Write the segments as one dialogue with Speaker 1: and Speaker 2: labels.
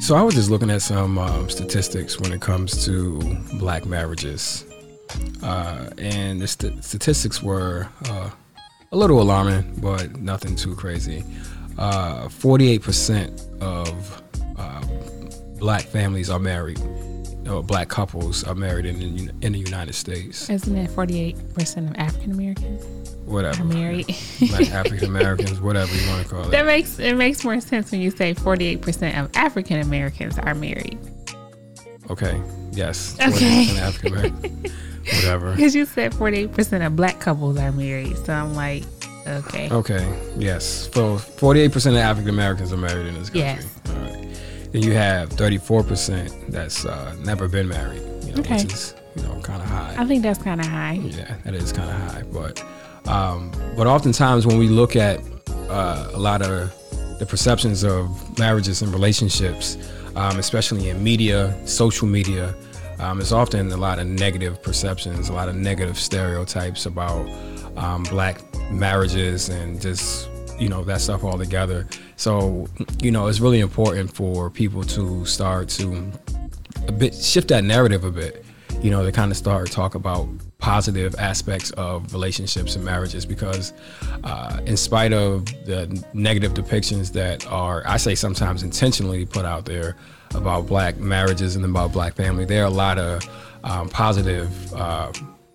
Speaker 1: So I was just looking at some um, statistics when it comes to black marriages, uh, and the st- statistics were uh, a little alarming, but nothing too crazy. Uh, Forty-eight percent of uh, black families are married, or black couples are married in the, U- in the United States.
Speaker 2: Isn't it 48% of African Americans
Speaker 1: Whatever,
Speaker 2: are married?
Speaker 1: black African Americans, whatever you want to call
Speaker 2: that
Speaker 1: it.
Speaker 2: makes it makes more sense when you say 48% of African Americans are married.
Speaker 1: Okay, yes,
Speaker 2: Okay.
Speaker 1: 48% African American, whatever.
Speaker 2: Because you said 48% of black couples are married. So I'm like, okay.
Speaker 1: Okay. Yes. So forty-eight percent of African Americans are married in this country.
Speaker 2: Yes.
Speaker 1: All right. Then you have thirty-four percent that's uh, never been married. You know,
Speaker 2: Okay.
Speaker 1: Which is you know kind of high.
Speaker 2: I think that's kind of high.
Speaker 1: Yeah, that is kind of high, but um, but oftentimes when we look at uh, a lot of the perceptions of marriages and relationships, um, especially in media, social media, um, it's often a lot of negative perceptions, a lot of negative stereotypes about um, black marriages and just you know that stuff all together. So you know it's really important for people to start to a bit shift that narrative a bit you know to kind of start talk about positive aspects of relationships and marriages because uh, in spite of the negative depictions that are i say sometimes intentionally put out there about black marriages and about black family there are a lot of um, positive uh,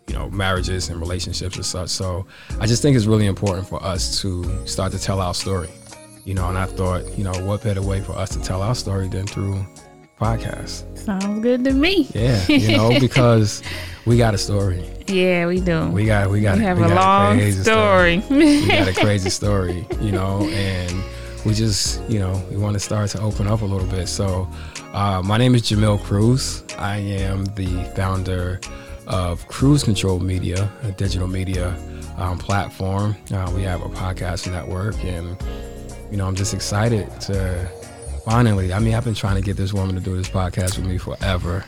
Speaker 1: you know marriages and relationships and such so i just think it's really important for us to start to tell our story you know and i thought you know what better way for us to tell our story than through podcasts
Speaker 2: Sounds good to me.
Speaker 1: yeah, you know, because we got a story.
Speaker 2: Yeah, we do.
Speaker 1: We got we got
Speaker 2: We have
Speaker 1: we
Speaker 2: a
Speaker 1: got
Speaker 2: long
Speaker 1: crazy
Speaker 2: story.
Speaker 1: We got a crazy story, you know, and we just you know we want to start to open up a little bit. So, uh, my name is Jamil Cruz. I am the founder of Cruise Control Media, a digital media um, platform. Uh, we have a podcast network, and you know, I'm just excited to. Finally, I mean, I've been trying to get this woman to do this podcast with me forever.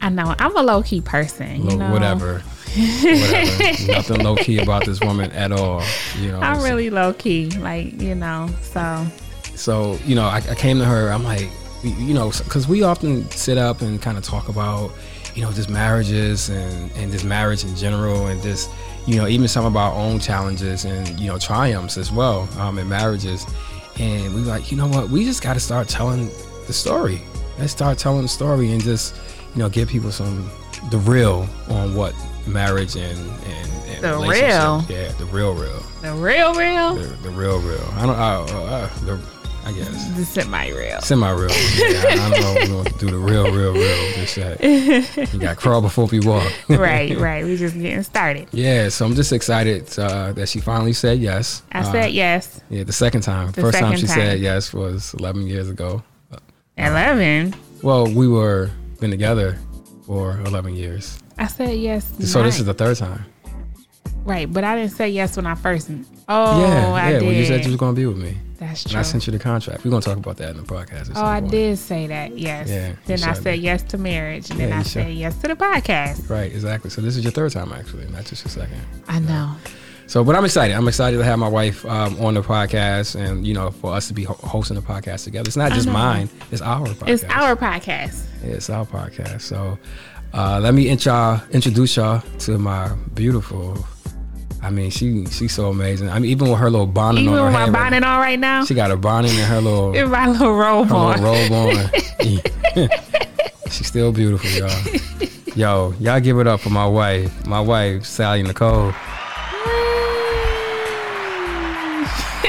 Speaker 2: I know. I'm a low key person.
Speaker 1: Low,
Speaker 2: you know?
Speaker 1: whatever. whatever. Nothing low key about this woman at all. You know. what I'm
Speaker 2: I'm really low key. Like, you know, so
Speaker 1: saying? So you know, I, I came to her. I'm like, y- you know, because we often sit up and kind of talk about, you know, just marriages and and just marriage in general, and just you know, even some of our own challenges and you know triumphs as well um, in marriages. And we were like, you know what? We just got to start telling the story. Let's start telling the story and just you know give people some the real on what marriage and and, and
Speaker 2: The
Speaker 1: relationship-
Speaker 2: real?
Speaker 1: yeah the real real
Speaker 2: the real, real,
Speaker 1: the, the real real. I don't. I, uh, uh, the, I guess
Speaker 2: the semi real.
Speaker 1: semi real. Yeah, I, I don't know. if We want to do the real real real. Just that you got crawl before you walk.
Speaker 2: right, right. We just getting started.
Speaker 1: Yeah. So I'm just excited uh, that she finally said yes.
Speaker 2: I
Speaker 1: Uh,
Speaker 2: said yes.
Speaker 1: yeah. The second time. First time
Speaker 2: second
Speaker 1: she
Speaker 2: time.
Speaker 1: said yes was 11 years ago.
Speaker 2: 11.
Speaker 1: Well, we were been together for 11 years.
Speaker 2: I said yes.
Speaker 1: So this
Speaker 2: nine-
Speaker 1: is the third time.
Speaker 2: Right, but I didn't say yes when I first. Oh,
Speaker 1: yeah.
Speaker 2: I
Speaker 1: yeah.
Speaker 2: did.
Speaker 1: Well, you said you was gonna be with me,
Speaker 2: That's
Speaker 1: and
Speaker 2: true.
Speaker 1: I sent you the contract. We're gonna talk about that in the podcast. at
Speaker 2: oh,
Speaker 1: some
Speaker 2: I
Speaker 1: point.
Speaker 2: did say that. Yes.
Speaker 1: Yeah, you
Speaker 2: then I
Speaker 1: said
Speaker 2: said yes to marriage, and
Speaker 1: Yeah,
Speaker 2: then I
Speaker 1: you said-
Speaker 2: said yes to the podcast.
Speaker 1: Right. Exactly. So this is your third time actually, not just your second.
Speaker 2: I know.
Speaker 1: So, but I'm excited. I'm excited to have my wife um, on the podcast, and you know, for us to be ho- hosting the podcast together. It's not just
Speaker 2: know.
Speaker 1: mine; it's our podcast.
Speaker 2: It's our podcast.
Speaker 1: Yeah, it's our podcast. So, uh, let me int- y'all, introduce y'all to my beautiful. I mean, she she's so amazing. I mean, even with her little bonnet
Speaker 2: Even
Speaker 1: on her
Speaker 2: with my
Speaker 1: head, right
Speaker 2: bonnet on right now,
Speaker 1: now, she got her bonnet and her little, her
Speaker 2: in my little robe
Speaker 1: little
Speaker 2: on.
Speaker 1: robe on. she's still beautiful, y'all. Yo, y'all give it up for my wife, my wife Sally Nicole.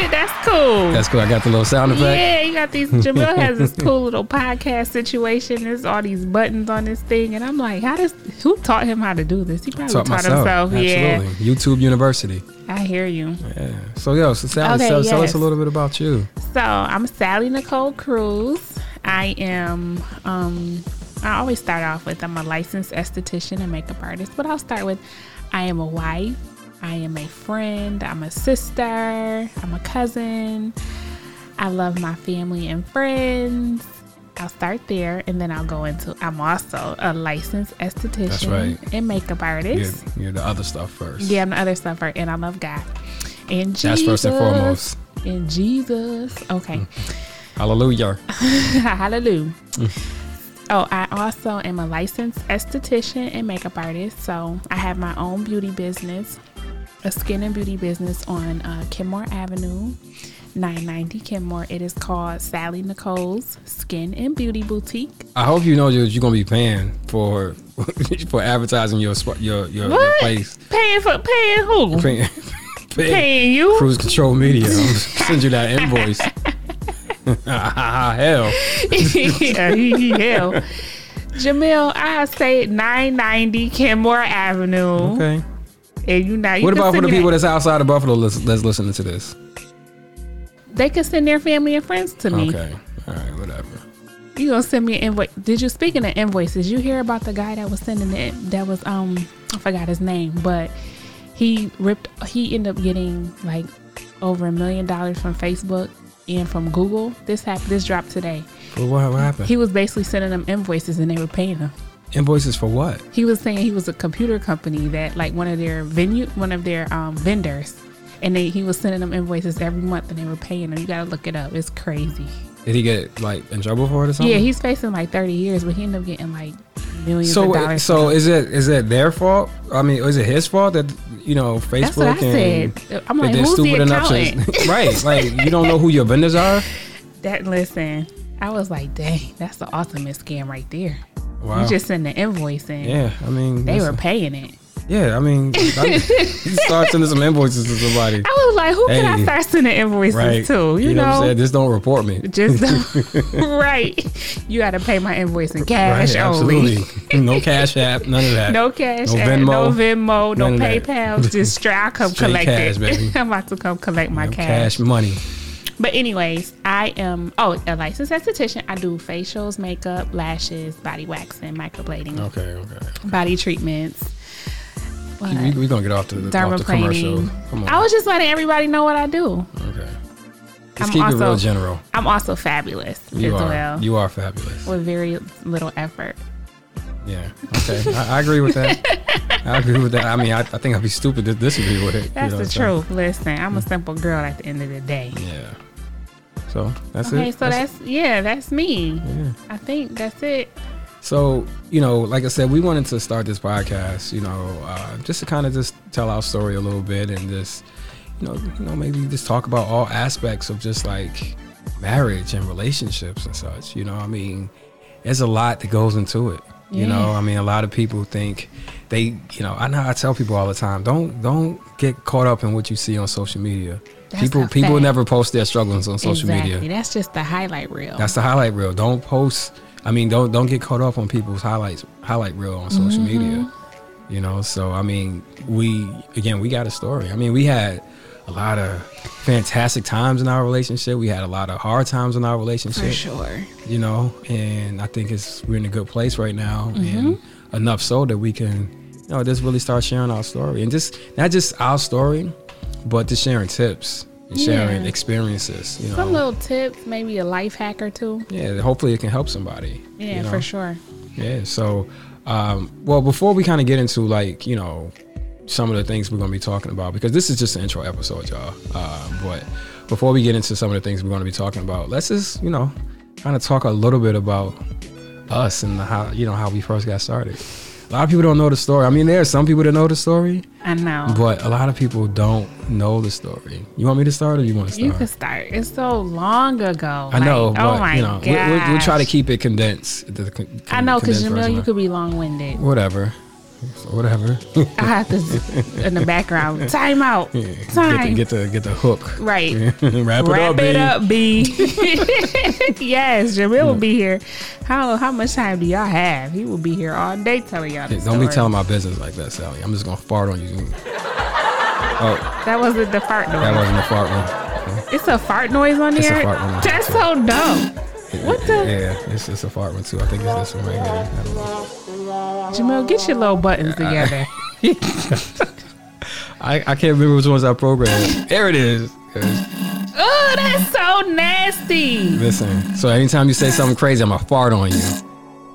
Speaker 2: That's cool.
Speaker 1: That's cool. I got the little sound effect.
Speaker 2: yeah, you got these. Jamil has this cool little podcast situation. There's all these buttons on this thing, and I'm like, how does who taught him how to do this? He probably taught,
Speaker 1: taught myself.
Speaker 2: himself.
Speaker 1: Absolutely. YouTube University.
Speaker 2: Yeah, I hear you.
Speaker 1: Yeah. So yo, so Sally,
Speaker 2: Okay,
Speaker 1: tell, tell us
Speaker 2: yes.
Speaker 1: a little bit about you.
Speaker 2: So I'm Sally Nicole Cruz. I am. Um, I always start off with I'm a licensed esthetician and makeup artist, but I'll start with I am a wife. I am a friend. I'm a sister. I'm a cousin. I love my family and friends. I'll start there and then I'll go into I'm also a licensed esthetician
Speaker 1: right.
Speaker 2: and makeup
Speaker 1: You're,
Speaker 2: artist.
Speaker 1: you're the other stuff first.
Speaker 2: Yeah, I'm the other stuff, right? And I love God. And Mm. Jesus.
Speaker 1: That's first and foremost.
Speaker 2: And Jesus. Okay.
Speaker 1: I Hallelujah.
Speaker 2: Hallelujah.
Speaker 1: Mm.
Speaker 2: Oh, I also am a licensed esthetician and makeup artist. So I have my own beauty business, a skin and beauty business on uh, Kenmore Avenue, 990 Kenmore. It is called Sally Nicole's Skin and Beauty Boutique.
Speaker 1: I hope you know that you're gonna be paying for for advertising your spa- your your, your place.
Speaker 2: Paying for paying who?
Speaker 1: Paying, paying
Speaker 2: Paying you?
Speaker 1: Cruise Control Media. I'll send you that invoice. Hell,
Speaker 2: yeah, hell. Jamil, I say 990 Kenmore Avenue.
Speaker 1: okay.
Speaker 2: And you now you
Speaker 1: What
Speaker 2: can
Speaker 1: about for
Speaker 2: send
Speaker 1: the
Speaker 2: me
Speaker 1: people
Speaker 2: that-
Speaker 1: that's outside of Buffalo that's, that's listening to this?
Speaker 2: they can send their family and friends to me.
Speaker 1: Okay, all right, whatever.
Speaker 2: You gonna send me an invoice? Did you speaking of invoices? You hear about the guy that was sending it? That was um, I forgot his name, but he ripped. He ended up getting like over a million dollars from Facebook and from Google. This happened. This dropped today.
Speaker 1: Well, what, what happened?
Speaker 2: He was basically sending them invoices and they were paying him.
Speaker 1: Invoices for what?
Speaker 2: He was saying he was a computer company that like one of their venue, one of their um vendors, and they, he was sending them invoices every month and they were paying them. You gotta look it up. It's crazy.
Speaker 1: Did he get like in trouble for it or something?
Speaker 2: Yeah, he's facing like 30 years, but he ended up getting like millions of
Speaker 1: so
Speaker 2: dollars.
Speaker 1: so is it is it their fault? I mean, is it his fault that you know Facebook
Speaker 2: That's what I
Speaker 1: and
Speaker 2: said. I'm
Speaker 1: that
Speaker 2: like,
Speaker 1: they're
Speaker 2: who's the
Speaker 1: stupid enough
Speaker 2: accountant?
Speaker 1: to right? Like you don't know who your vendors are.
Speaker 2: that listen, I was like, dang, that's the ultimate scam right there.
Speaker 1: Wow.
Speaker 2: You just send the invoice and
Speaker 1: yeah, I mean
Speaker 2: they were
Speaker 1: listen.
Speaker 2: paying it.
Speaker 1: Yeah, I mean, I, you start sending some invoices to somebody,
Speaker 2: I was like, who can I
Speaker 1: Hey.
Speaker 2: start sending invoices
Speaker 1: right?
Speaker 2: to? You,
Speaker 1: what I'm
Speaker 2: know,
Speaker 1: saying? Just don't report me.
Speaker 2: just right. You got to pay my invoice in cash
Speaker 1: right,
Speaker 2: only.
Speaker 1: absolutely. no Cash App, none of that.
Speaker 2: No cash,
Speaker 1: No
Speaker 2: app, no Venmo, no
Speaker 1: none of that.
Speaker 2: PayPal. Just straight, I come
Speaker 1: Straight
Speaker 2: collect
Speaker 1: cash,
Speaker 2: it.
Speaker 1: baby.
Speaker 2: I'm about to come collect my
Speaker 1: No
Speaker 2: cash.
Speaker 1: cash money.
Speaker 2: But anyways, I am oh a licensed esthetician. I do facials, makeup, lashes, body waxing, microblading,
Speaker 1: Okay, okay.
Speaker 2: body treatments, what?
Speaker 1: We're we gonna get off the, off the commercial.
Speaker 2: dermaplaning.
Speaker 1: Come on.
Speaker 2: I was just letting everybody know what I do.
Speaker 1: okay.
Speaker 2: I'm
Speaker 1: Let's keep it real
Speaker 2: also-
Speaker 1: general.
Speaker 2: I'm also fabulous
Speaker 1: You
Speaker 2: as
Speaker 1: are.
Speaker 2: well,
Speaker 1: You are fabulous.
Speaker 2: with very little effort.
Speaker 1: Yeah. Okay. I, I agree with that. I agree with that. I mean, I, I think I'd be stupid to disagree with it. you
Speaker 2: That's
Speaker 1: know
Speaker 2: the
Speaker 1: what I'm
Speaker 2: truth. Listen, I'm a simple girl at the end of the day.
Speaker 1: saying? Yeah. So that's
Speaker 2: Okay,
Speaker 1: it.
Speaker 2: so that's, yeah, that's me. I think that's it.
Speaker 1: So, you know, like I said, we wanted to start this podcast, you know, uh, just to kind of just tell our story a little bit and just, you know, you know, maybe just talk about all aspects of just like marriage and relationships and such. You know, I mean, there's a lot that goes into it. You know,
Speaker 2: Yeah.
Speaker 1: I mean, a lot of people think they, you know, I know I tell people all the time, don't don't get caught up in what you see on social media.
Speaker 2: That's
Speaker 1: people
Speaker 2: a
Speaker 1: people
Speaker 2: fact.
Speaker 1: never post their struggles on social
Speaker 2: exactly.
Speaker 1: media.
Speaker 2: That's just the highlight reel.
Speaker 1: That's the highlight reel. Don't post. I mean, don't don't get caught up on people's highlights highlight reel on social
Speaker 2: Mm-hmm.
Speaker 1: media. You know, so I mean, we again we got a story. I mean, we had a lot of fantastic times in our relationship. We had a lot of hard times in our relationship.
Speaker 2: for sure.
Speaker 1: You know, and I think it's we're in a good place right now,
Speaker 2: Mm-hmm.
Speaker 1: and enough so that we can, you know, just really start sharing our story and just not just our story, but just sharing tips and sharing
Speaker 2: Yeah.
Speaker 1: experiences. You know,
Speaker 2: Some little tips, maybe a life hack or two.
Speaker 1: yeah, hopefully it can help somebody.
Speaker 2: Yeah,
Speaker 1: you know?
Speaker 2: for sure.
Speaker 1: Yeah. So, um, well, before we kind of get into like you know some of the things we're going to be talking about because this is just an intro episode, y'all. Uh, but before we get into some of the things we're going to be talking about, let's just you know kind of talk a little bit about us and how you know how we first got started. A lot of people don't know the story. I mean, there are some people that know the story,
Speaker 2: I know.
Speaker 1: but a lot of people don't know the story. You want me to start, or you want to start?
Speaker 2: you can start. It's so long ago.
Speaker 1: uh, I know,
Speaker 2: Like,
Speaker 1: but
Speaker 2: oh my
Speaker 1: you know,
Speaker 2: god.
Speaker 1: we, we, we'll try to keep it condensed. the con-
Speaker 2: I know because
Speaker 1: condensed
Speaker 2: you know
Speaker 1: version
Speaker 2: you
Speaker 1: of-
Speaker 2: could be long winded.
Speaker 1: whatever, whatever.
Speaker 2: I have to in the background. Time out.
Speaker 1: get, the,
Speaker 2: Time.
Speaker 1: get the get the hook.
Speaker 2: Right.
Speaker 1: Wrap, it up,
Speaker 2: Wrap it
Speaker 1: baby.
Speaker 2: up, B. yes, Jamil will be here. How how much time do y'all have? He will be here all day telling y'all. the
Speaker 1: Don't be
Speaker 2: story.
Speaker 1: telling my business like that, Sally. I'm just gonna fart on you. Oh,
Speaker 2: That wasn't the fart noise.
Speaker 1: that wasn't a fart one.
Speaker 2: it's a fart noise on
Speaker 1: It's a
Speaker 2: there.
Speaker 1: fart one.
Speaker 2: That's so dumb. What the-
Speaker 1: Yeah, it's it's a fart one too. I think it's this one right here. I don't know.
Speaker 2: Jamil, get your little buttons together.
Speaker 1: I, I can't remember which ones I programmed. there it is. There it is.
Speaker 2: Oh, that's so nasty.
Speaker 1: Listen. So anytime you say something crazy, I'm gonna fart on you.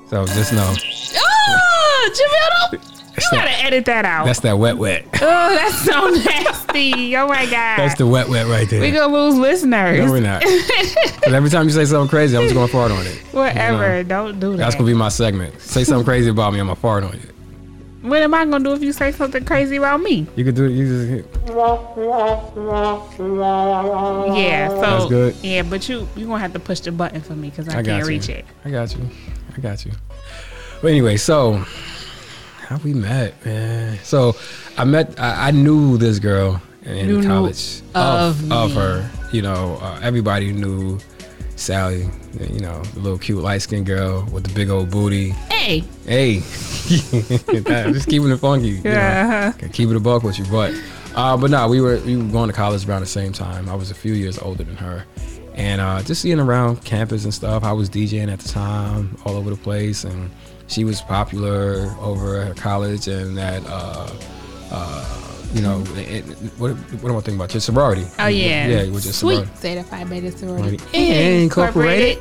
Speaker 1: So just know.
Speaker 2: Oh, Jamil, don't. You gotta edit that out.
Speaker 1: That's that wet wet.
Speaker 2: oh, that's so nasty. Oh my god.
Speaker 1: That's the wet wet right there.
Speaker 2: we gonna lose listeners.
Speaker 1: no, we're not. 'Cause every time you say something crazy, I'm just going to fart on it.
Speaker 2: Whatever. Don't do that.
Speaker 1: That's going to be my segment. Say something crazy about me, I'm going to fart on it.
Speaker 2: what am I gonna do if you say something crazy about me?
Speaker 1: You could do it. You just,
Speaker 2: Yeah. So
Speaker 1: That's good.
Speaker 2: yeah, but you you gonna have to push the button for me because I,
Speaker 1: I got
Speaker 2: can't
Speaker 1: you.
Speaker 2: reach it.
Speaker 1: I got you. I got you. But anyway, so how we met, man. So I met. I, I knew this girl in, in
Speaker 2: You knew
Speaker 1: college
Speaker 2: of
Speaker 1: of
Speaker 2: me.
Speaker 1: her. You know, uh, everybody knew Sally. You know, the little cute light skinned girl with the big old booty.
Speaker 2: Hey.
Speaker 1: Hey, Nah, just keeping it funky. you know.
Speaker 2: Yeah.
Speaker 1: Can keep it a buck with you, but uh, but no, we were we were going to college around the same time. I was a few years older than her, and uh, just seeing around campus and stuff. I was DJing at the time, all over the place, and she was popular over at her college and at uh, uh, you know it, it- what what am I thinking about? Your sorority.
Speaker 2: Oh yeah.
Speaker 1: yeah, which is
Speaker 2: sweet.
Speaker 1: sorority.
Speaker 2: Zeta Phi Beta Sorority.
Speaker 1: Right. Incorporated.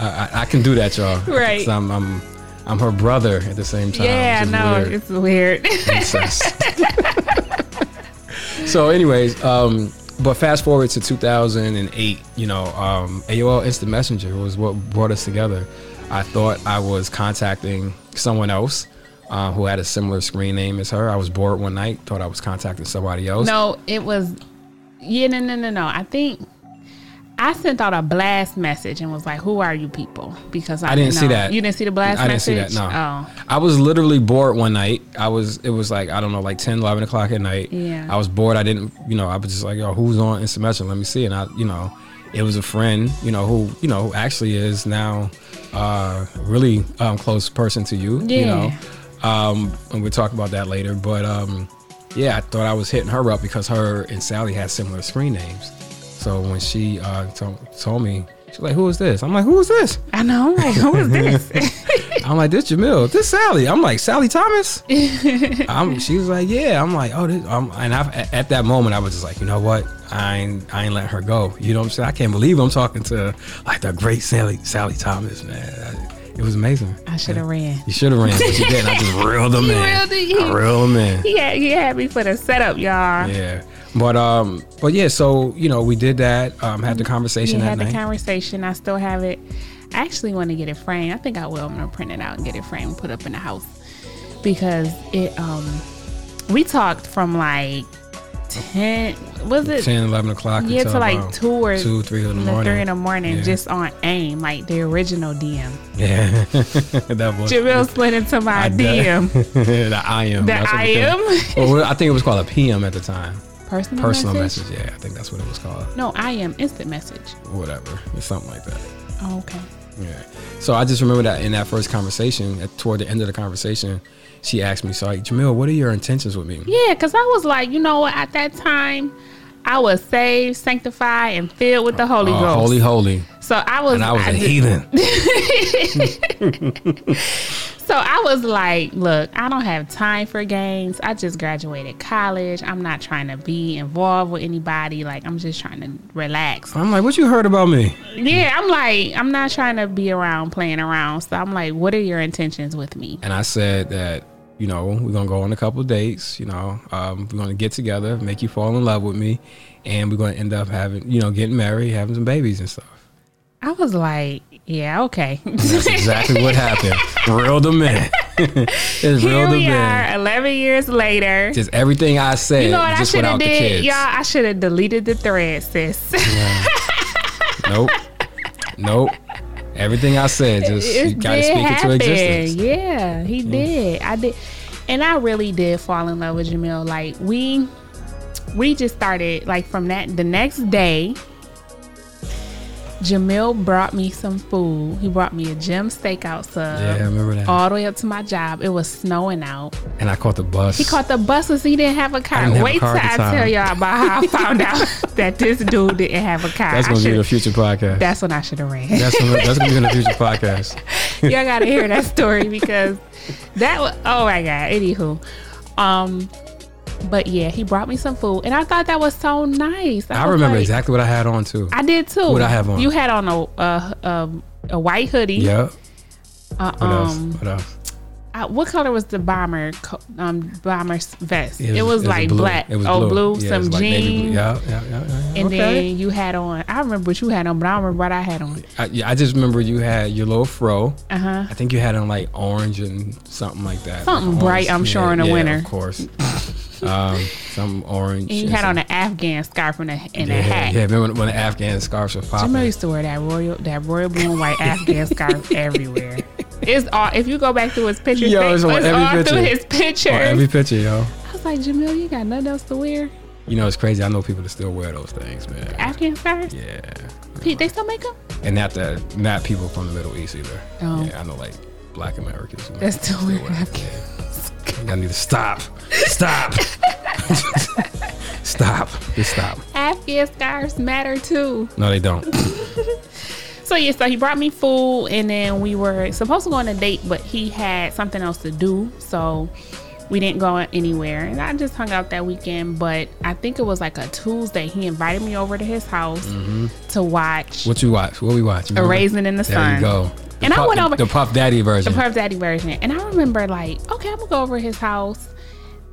Speaker 1: I, I, I can do that, y'all.
Speaker 2: Right.
Speaker 1: 'Cause I'm, I'm I'm her brother at the same time.
Speaker 2: yeah,
Speaker 1: which is
Speaker 2: no,
Speaker 1: weird.
Speaker 2: it's weird.
Speaker 1: incest. so, anyways, um, but fast forward to 2008, you know, um, AOL Instant Messenger was what brought us together. I thought I was contacting someone else uh, who had a similar screen name as her. I was bored one night, thought I was contacting somebody else.
Speaker 2: no, it was. Yeah, no, no, no, no. I think I sent out a blast message and was like, "Who are you people?" Because I,
Speaker 1: I didn't see
Speaker 2: know.
Speaker 1: that.
Speaker 2: You didn't see the blast
Speaker 1: I
Speaker 2: message.
Speaker 1: didn't see that. No.
Speaker 2: Oh,
Speaker 1: I was literally bored one night. I was. It was like I don't know, like 10, 11 o'clock at night.
Speaker 2: Yeah.
Speaker 1: I was bored. I didn't. You know, I was just like, yo, who's on in semester? Let me see. And I, you know, it was a friend. You know who. You know who actually is now, uh, really um, close person to you. You know. Um, and we'll talk about that later. But um, yeah, I thought I was hitting her up because her and Sally had similar screen names. So when she uh, told, told me, she's like, "Who is this?" I'm like, "Who is this?"
Speaker 2: I know. I'm like, who is this?
Speaker 1: I'm like, this Jamil, this Sally. I'm like, Sally Thomas. I'm, she was like, yeah. I'm like, oh, this. i and I, at that moment, I was just like, you know what? I ain't, I ain't letting her go. You know what I'm saying? I can't believe I'm talking to like the great Sally, Sally Thomas, man. I- it was amazing.
Speaker 2: I should have ran.
Speaker 1: You should have ran, but you didn't. I just reeled them
Speaker 2: You
Speaker 1: in.
Speaker 2: reeled it, you-
Speaker 1: I reeled them in.
Speaker 2: He had, he had me for the setup, y'all.
Speaker 1: Yeah. But um, but yeah. So you know, we did that. Um, had the
Speaker 2: We
Speaker 1: conversation that
Speaker 2: had the
Speaker 1: night.
Speaker 2: conversation. I still have it. I actually want to get it framed. I think I will. I'm gonna print it out and get it framed, and put up in the house because it. Um, we talked from like ten. Was it
Speaker 1: 10, 11 o'clock.
Speaker 2: Yeah,
Speaker 1: until
Speaker 2: to like
Speaker 1: about
Speaker 2: two or
Speaker 1: two, three in the morning.
Speaker 2: three in the morning,
Speaker 1: Yeah.
Speaker 2: just on AIM, like the original DM.
Speaker 1: Yeah, that was.
Speaker 2: Jamil slid into my
Speaker 1: I
Speaker 2: DM.
Speaker 1: bet. the I am.
Speaker 2: The
Speaker 1: That's what
Speaker 2: I
Speaker 1: we
Speaker 2: am
Speaker 1: call it. Well, we- I think it was called a PM at the time.
Speaker 2: personal,
Speaker 1: Personal
Speaker 2: message?
Speaker 1: message. Yeah, I think that's what it was called.
Speaker 2: No, I am instant message.
Speaker 1: Whatever. It's something like that.
Speaker 2: Oh, okay.
Speaker 1: Yeah. So I just remember that in that first conversation, at, toward the end of the conversation, she asked me, so like, Jamil, what are your intentions with me?
Speaker 2: Yeah, because I was like, you know what? At that time, I was saved, sanctified, and filled with the Holy
Speaker 1: Uh,
Speaker 2: Ghost.
Speaker 1: holy, holy.
Speaker 2: so I was.
Speaker 1: And I was a
Speaker 2: I did-
Speaker 1: heathen.
Speaker 2: So I was like, look, I don't have time for games. I just graduated college. I'm not trying to be involved with anybody. Like, I'm just trying to relax.
Speaker 1: I'm like, what you heard about me?
Speaker 2: Yeah, I'm like, I'm not trying to be around playing around. So I'm like, what are your intentions with me?
Speaker 1: And I said that, you know, we're going to go on a couple of dates, you know, um, we're going to get together, make you fall in love with me, and we're going to end up having, you know, getting married, having some babies and stuff.
Speaker 2: I was like, yeah, okay.
Speaker 1: That's exactly what happened. Reeled them in. it's
Speaker 2: Here
Speaker 1: reeled them
Speaker 2: we
Speaker 1: in.
Speaker 2: are, 11 years later.
Speaker 1: Just everything I said,
Speaker 2: you know what I
Speaker 1: just
Speaker 2: should have
Speaker 1: without the
Speaker 2: did,
Speaker 1: kids.
Speaker 2: y'all? I should have deleted the thread, sis.
Speaker 1: Nope. nope. Everything I said, just you gotta speak it to existence. Mm.
Speaker 2: Yeah, he did. I did, and I really did fall in love with Jamil. Like we, we just started like from that the next day. Jamil brought me some food. He brought me a Jim steakout sub.
Speaker 1: Yeah, I remember that.
Speaker 2: All the way up to my job. It was snowing out.
Speaker 1: and I caught the bus.
Speaker 2: He caught the bus because he didn't have a car.
Speaker 1: didn't have a
Speaker 2: Wait
Speaker 1: car
Speaker 2: till
Speaker 1: at
Speaker 2: I
Speaker 1: the time.
Speaker 2: tell y'all about how I found out that this dude didn't have a car.
Speaker 1: that's
Speaker 2: I
Speaker 1: gonna be the
Speaker 2: should've-
Speaker 1: future podcast.
Speaker 2: that's when I should have ran.
Speaker 1: that's gonna, that's gonna be the future podcast.
Speaker 2: y'all gotta hear that story because that was oh my god anywho um but yeah he brought me some food and i thought that was so nice
Speaker 1: I
Speaker 2: was
Speaker 1: remember
Speaker 2: like-
Speaker 1: exactly what I had on too.
Speaker 2: i did too
Speaker 1: What'd I have on?
Speaker 2: you had on a uh, um a white hoodie
Speaker 1: yep.
Speaker 2: uh,
Speaker 1: What else?
Speaker 2: um
Speaker 1: What else?
Speaker 2: I, what color was the bomber co- um, bomber s- vest? It was,
Speaker 1: a
Speaker 2: like
Speaker 1: blue.
Speaker 2: black,
Speaker 1: It was
Speaker 2: oh blue,
Speaker 1: Yeah, it
Speaker 2: some
Speaker 1: was like navy blue.
Speaker 2: jeans,
Speaker 1: Yeah, yeah, yeah. yeah.
Speaker 2: and
Speaker 1: okay.
Speaker 2: then you had on. I remember what you had on, but I don't remember what I had on.
Speaker 1: I, yeah, I just remember you had your little fro.
Speaker 2: Uh huh.
Speaker 1: I think you had on like orange and something like that.
Speaker 2: Something
Speaker 1: Like
Speaker 2: bright, I'm
Speaker 1: yeah,
Speaker 2: sure, in the
Speaker 1: yeah,
Speaker 2: winter.
Speaker 1: Of course. um, some orange.
Speaker 2: And you
Speaker 1: and
Speaker 2: had
Speaker 1: some-
Speaker 2: on an Afghan scarf and a, and
Speaker 1: yeah,
Speaker 2: a hat.
Speaker 1: Yeah, remember when- when the Afghan scarves were popping?
Speaker 2: Jamel used to wear that royal that royal blue and white Afghan scarf everywhere. It's all if you go back through his pictures,
Speaker 1: Yo,
Speaker 2: they-
Speaker 1: it's
Speaker 2: it's,
Speaker 1: on every
Speaker 2: all
Speaker 1: picture.
Speaker 2: through his pictures.
Speaker 1: on Oh, every picture, yo.
Speaker 2: I was like, Jamil, you got nothing else to wear?
Speaker 1: You know, it's crazy. I know people that still wear those things, man.
Speaker 2: Afghan scarves?
Speaker 1: yeah.
Speaker 2: Pete, They still make them?
Speaker 1: And not the not people from the Middle East either.
Speaker 2: Oh.
Speaker 1: Yeah, I know like black Americans. who
Speaker 2: That's still
Speaker 1: wear
Speaker 2: wear
Speaker 1: it.
Speaker 2: Afghan.
Speaker 1: I need to stop. Stop. stop. Just stop.
Speaker 2: Afghan scarves matter too.
Speaker 1: No, they don't.
Speaker 2: So yeah, so he brought me food, and then we were supposed to go on a date, but he had something else to do, so we didn't go anywhere. And I just hung out that weekend, but I think it was like a Tuesday. He invited me over to his house
Speaker 1: Mm-hmm.
Speaker 2: to watch
Speaker 1: What you watch? What we watch?
Speaker 2: A
Speaker 1: Remember?
Speaker 2: Raisin in the
Speaker 1: There
Speaker 2: Sun.
Speaker 1: you go. The
Speaker 2: And I
Speaker 1: Puff-
Speaker 2: went
Speaker 1: the-
Speaker 2: over-
Speaker 1: the Puff Daddy version.
Speaker 2: the Puff Daddy version. And I remember like, okay, I'm gonna go over his house.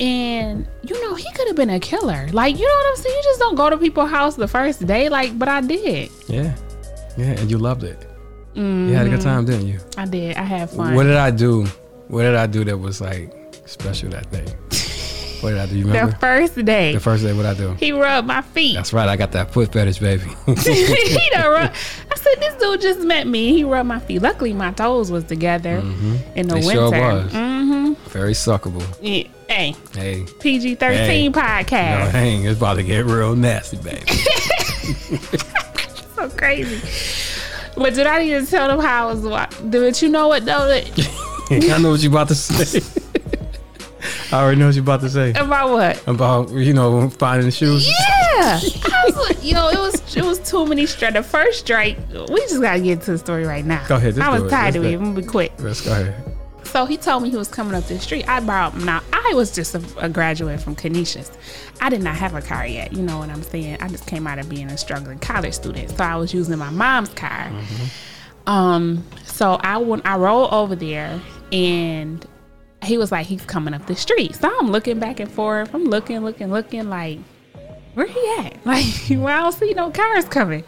Speaker 2: And you know, he could have been a killer. Like, you know what I'm saying? You just don't go to people's house the first day, like, but I did.
Speaker 1: yeah, yeah, and you loved it. You had a good time, didn't you?
Speaker 2: I did. I had fun.
Speaker 1: What did I do? What did I do that was like special that day? what did I do? You
Speaker 2: the
Speaker 1: remember
Speaker 2: first day.
Speaker 1: the first day? What I do?
Speaker 2: he rubbed my feet.
Speaker 1: That's right. I got that foot fetish, baby.
Speaker 2: he done rub- I said, this dude just met me. He rubbed my feet. Luckily, my toes was together in the
Speaker 1: Mm-hmm. They
Speaker 2: winter.
Speaker 1: sure was.
Speaker 2: Mm-hmm.
Speaker 1: Very suckable.
Speaker 2: Yeah. Hey,
Speaker 1: Hey,
Speaker 2: PG
Speaker 1: Hey.
Speaker 2: thirteen podcast.
Speaker 1: no, hang. It's about to get real nasty, baby.
Speaker 2: so crazy. But did I need to tell them how I was watching? But you know what though? That-
Speaker 1: I know what you about to say. I already know what you about to say
Speaker 2: About what?
Speaker 1: about you know finding the shoes.
Speaker 2: Yeah, I was like, yo, it was it was too many strikes. The first strike, we just gotta get to the story right now.
Speaker 1: Go ahead, just
Speaker 2: I
Speaker 1: do
Speaker 2: was
Speaker 1: it. Let's
Speaker 2: tired of
Speaker 1: do
Speaker 2: it.
Speaker 1: it.
Speaker 2: I'm gonna be quick.
Speaker 1: Let's go ahead.
Speaker 2: So he told me he was coming up the street. I borrowed now. I was just a, a graduate from Canisius. I did not have a car yet. You know what I'm saying? I just came out of being a struggling college student, so I was using my mom's car. Um, so I went. I rolled over there, and he was like, he's coming up the street. So I'm looking back and forth. I'm looking, looking, looking. Like, where he at? Like, well, I don't see no cars coming.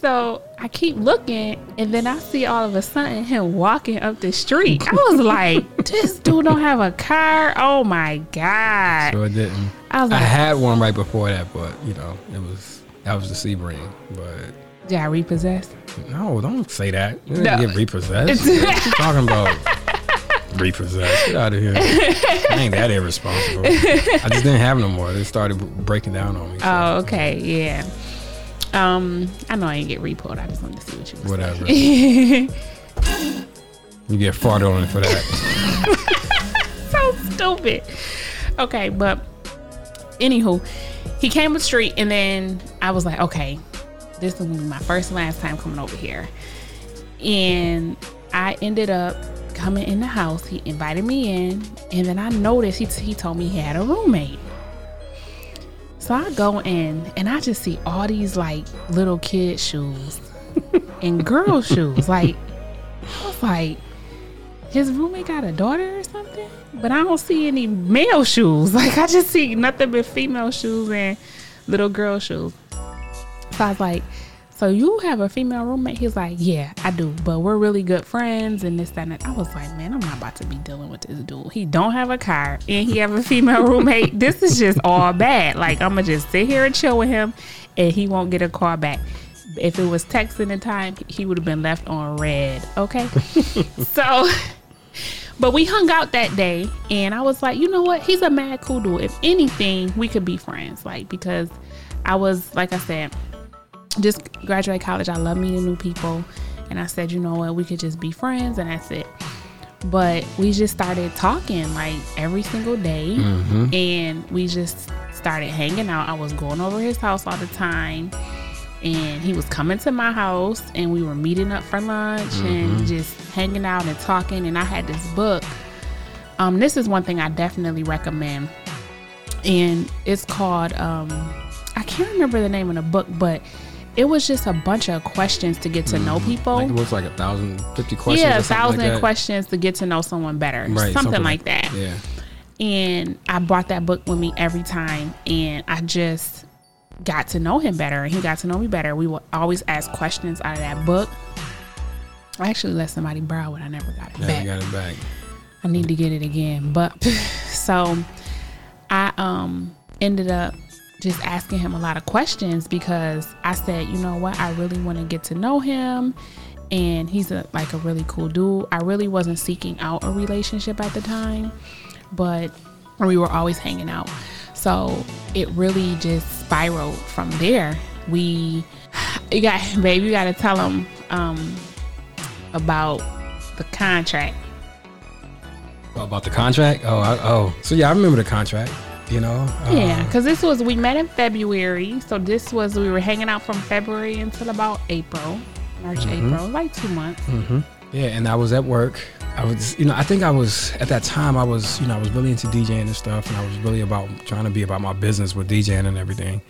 Speaker 2: So I keep looking, and then I see all of a sudden him walking up the street. I was like, this dude don't have a car. Oh my god!
Speaker 1: So it didn't.
Speaker 2: I was
Speaker 1: I
Speaker 2: like,
Speaker 1: had one right before that, but you know, it was that was the sea ring. But
Speaker 2: did I repossess?
Speaker 1: no, don't say that. You didn't
Speaker 2: No.
Speaker 1: get repossessed. what you talking about? Repossessed. Get out of here. I ain't that irresponsible. I just didn't have no more. They started b- breaking down on me. so
Speaker 2: Oh, okay, yeah. Um, I know I didn't get repoed. I just wanted to see what you was
Speaker 1: Whatever.
Speaker 2: saying.
Speaker 1: You get farted on it for that.
Speaker 2: so stupid. Okay, but anywho, he came up the street and then I was like, okay, this is gonna be my first and last time coming over here. And I ended up coming in the house. He invited me in, and then I noticed he, he told me he had a roommate. So I go in and I just see all these like little kid shoes and girl shoes. Like, I was like, his roommate got a daughter or something, but I don't see any male shoes. Like I just see nothing but female shoes and little girl shoes. So I was like, "So you have a female roommate?" He's like, "Yeah, I do, but we're really good friends and this that, and that." I was like, "Man, I'm not about to be dealing with this dude. He don't have a car and he have a female roommate. This is just all bad. Like I'm gonna just sit here and chill with him, and he won't get a call back." If it was texting in time, he would have been left on red. Okay. so but we hung out that day, and I was like, you know what? He's a mad cool dude. If anything, we could be friends. Like, because I was, like I said, just graduated college. I love meeting new people. And I said, you know what? We could just be friends, and that's it. But we just started talking like every single day, and we just started hanging out. I was going over his house all the time. And he was coming to my house, and we were meeting up for lunch and just hanging out and talking. And I had this book. Um, this is one thing I definitely recommend and it's called um I can't remember the name of the book, but it was just a bunch of questions to get to know people.
Speaker 1: Like it was like a thousand fifty questions.
Speaker 2: yeah,
Speaker 1: or
Speaker 2: a
Speaker 1: something like
Speaker 2: thousand
Speaker 1: that.
Speaker 2: questions to get to know someone better, something, like that.
Speaker 1: Yeah.
Speaker 2: And I brought that book with me every time, and I just got to know him better, and he got to know me better. We would always ask questions out of that book. I actually let somebody borrow it. I never got it
Speaker 1: Yeah,
Speaker 2: back.
Speaker 1: you got it back.
Speaker 2: I need to get it again. But so I um ended up just asking him a lot of questions because I said, you know what, I really want to get to know him and he's a like a really cool dude. I really wasn't seeking out a relationship at the time, but we were always hanging out. So it really just spiraled from there. We you got babe, you gotta tell him um about the contract.
Speaker 1: Oh, about the contract? Oh, I, oh. So yeah, I remember the contract. You know. Uh,
Speaker 2: Yeah, because this was we met in February, so this was we were hanging out from February until about April, March,
Speaker 1: Mm-hmm.
Speaker 2: April, like two months.
Speaker 1: Mm. Yeah, and I was at work. I was, you know, I think I was at that time. I was, you know, I was really into DJing and stuff, and I was really about trying to be about my business with DJing and everything.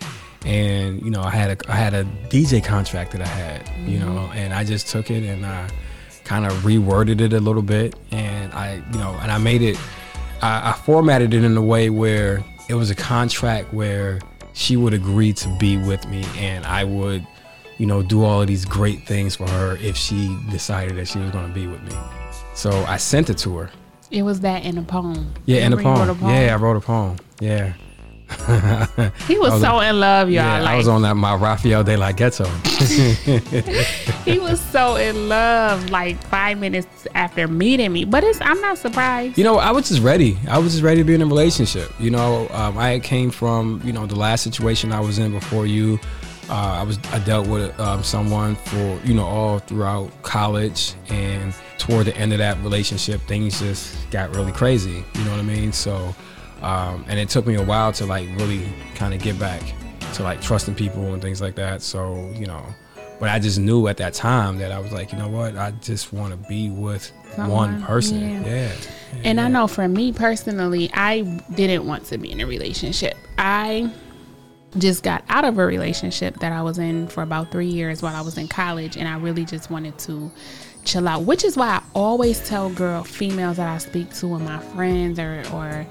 Speaker 1: And you know, I had a I had a DJ contract that I had, you know, and I just took it and I kind of reworded it a little bit, and I, you know, and I made it. I, I formatted it in a way where it was a contract where she would agree to be with me, and I would you know, do all of these great things for her if she decided that she was going to be with me. So I sent it to her.
Speaker 2: It was that in a poem.
Speaker 1: Yeah, in a
Speaker 2: Remember
Speaker 1: poem.
Speaker 2: you wrote
Speaker 1: Yeah, I wrote a poem. Yeah.
Speaker 2: he was,
Speaker 1: I was
Speaker 2: so in love, y'all.
Speaker 1: yeah,
Speaker 2: like
Speaker 1: I was on that my Rafael de la Ghetto.
Speaker 2: he was so in love. Like five minutes after meeting me, but it's I'm not surprised.
Speaker 1: you know, I was just ready. I was just ready to be in a relationship. You know, um, I came from you know the last situation I was in before you. Uh, I was I dealt with um, someone for you know all throughout college, and toward the end of that relationship, things just got really crazy. You know what I mean? So, um, and it took me a while to like really kind of get back to like trusting people and things like that. So you know, but I just knew at that time that I was like, you know what, I just want to be with
Speaker 2: Someone,
Speaker 1: one person.
Speaker 2: yeah.
Speaker 1: yeah.
Speaker 2: And I know for me personally, I didn't want to be in a relationship. I just got out of a relationship that I was in for about three years while I was in college, and I really just wanted to chill out, which is why I always tell girl females that I speak to and my friends or or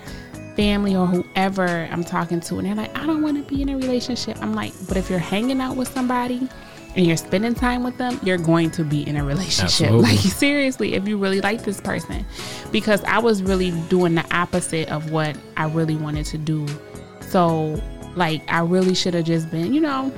Speaker 2: family or whoever I'm talking to, and they're like, I don't want to be in a relationship. I'm like, but if you're hanging out with somebody and you're spending time with them, you're going to be in a relationship.
Speaker 1: Absolutely.
Speaker 2: Like seriously, if you really like this person, because I was really doing the opposite of what I really wanted to do. So like I really should have just been, you know,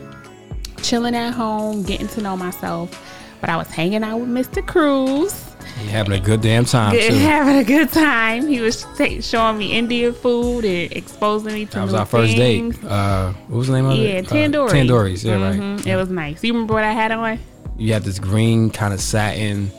Speaker 2: chilling at home, getting to know myself. But I was hanging out with Mr. Cruz.
Speaker 1: You having a good damn time
Speaker 2: Good,
Speaker 1: too.
Speaker 2: having a good time. He was ta showing me Indian food and exposing me to
Speaker 1: That was
Speaker 2: new
Speaker 1: our first
Speaker 2: things.
Speaker 1: date. Uh, what was the name of
Speaker 2: Yeah,
Speaker 1: it?
Speaker 2: tandoori.
Speaker 1: Uh, tandoori's. Yeah, right.
Speaker 2: Mhm, It was nice. You remember what I had on?
Speaker 1: You had this green kind of satin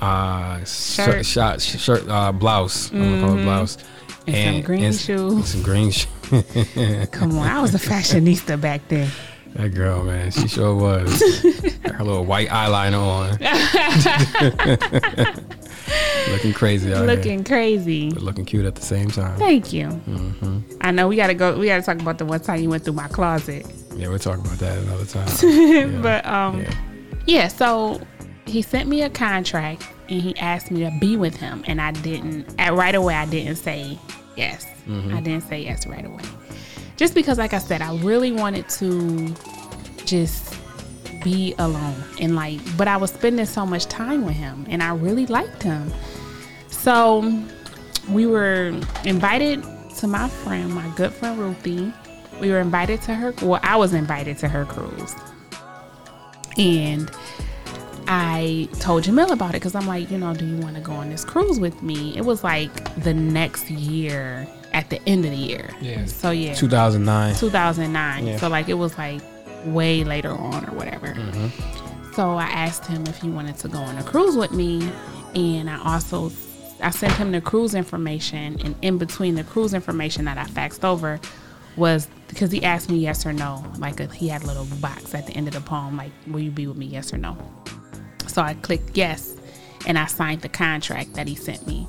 Speaker 1: uh, shirt,
Speaker 2: Shirt. Mm-hmm.
Speaker 1: shot, shirt uh, blouse. I'm gonna call it blouse.
Speaker 2: And some green
Speaker 1: and s-
Speaker 2: shoes.
Speaker 1: and some green shoes.
Speaker 2: Come on, I was a fashionista back then.
Speaker 1: that girl, man, she sure was. Her little white eyeliner on, looking crazy out here,
Speaker 2: Looking crazy.
Speaker 1: but looking cute at the same time.
Speaker 2: Thank you. I know we gotta go. We gotta talk about the one time you went through my closet,
Speaker 1: Yeah, we'll talk about that another time.
Speaker 2: but um.
Speaker 1: Yeah.
Speaker 2: Yeah, so he sent me a contract and he asked me to be with him, and I didn't. At right away, I didn't say yes. I didn't say yes right away, just because, like I said, I really wanted to just be alone and like. But I was spending so much time with him, and I really liked him. So we were invited to my friend, my good friend Ruthie. We were invited to her. Well, I was invited to her cruise and I told Jamil about it because I'm like, you know, do you want to go on this cruise with me? It was like the next year, at the end of the year.
Speaker 1: Yeah.
Speaker 2: So yeah,
Speaker 1: 2009.
Speaker 2: 2009.
Speaker 1: Yeah.
Speaker 2: So like it was like way later on or whatever. So I asked him if he wanted to go on a cruise with me, and I also I sent him the cruise information, and in between the cruise information that I faxed over was because he asked me yes or no. Like a, he had a little box at the end of the poem, like will you be with me, yes or no. So I clicked yes, and I signed the contract that he sent me.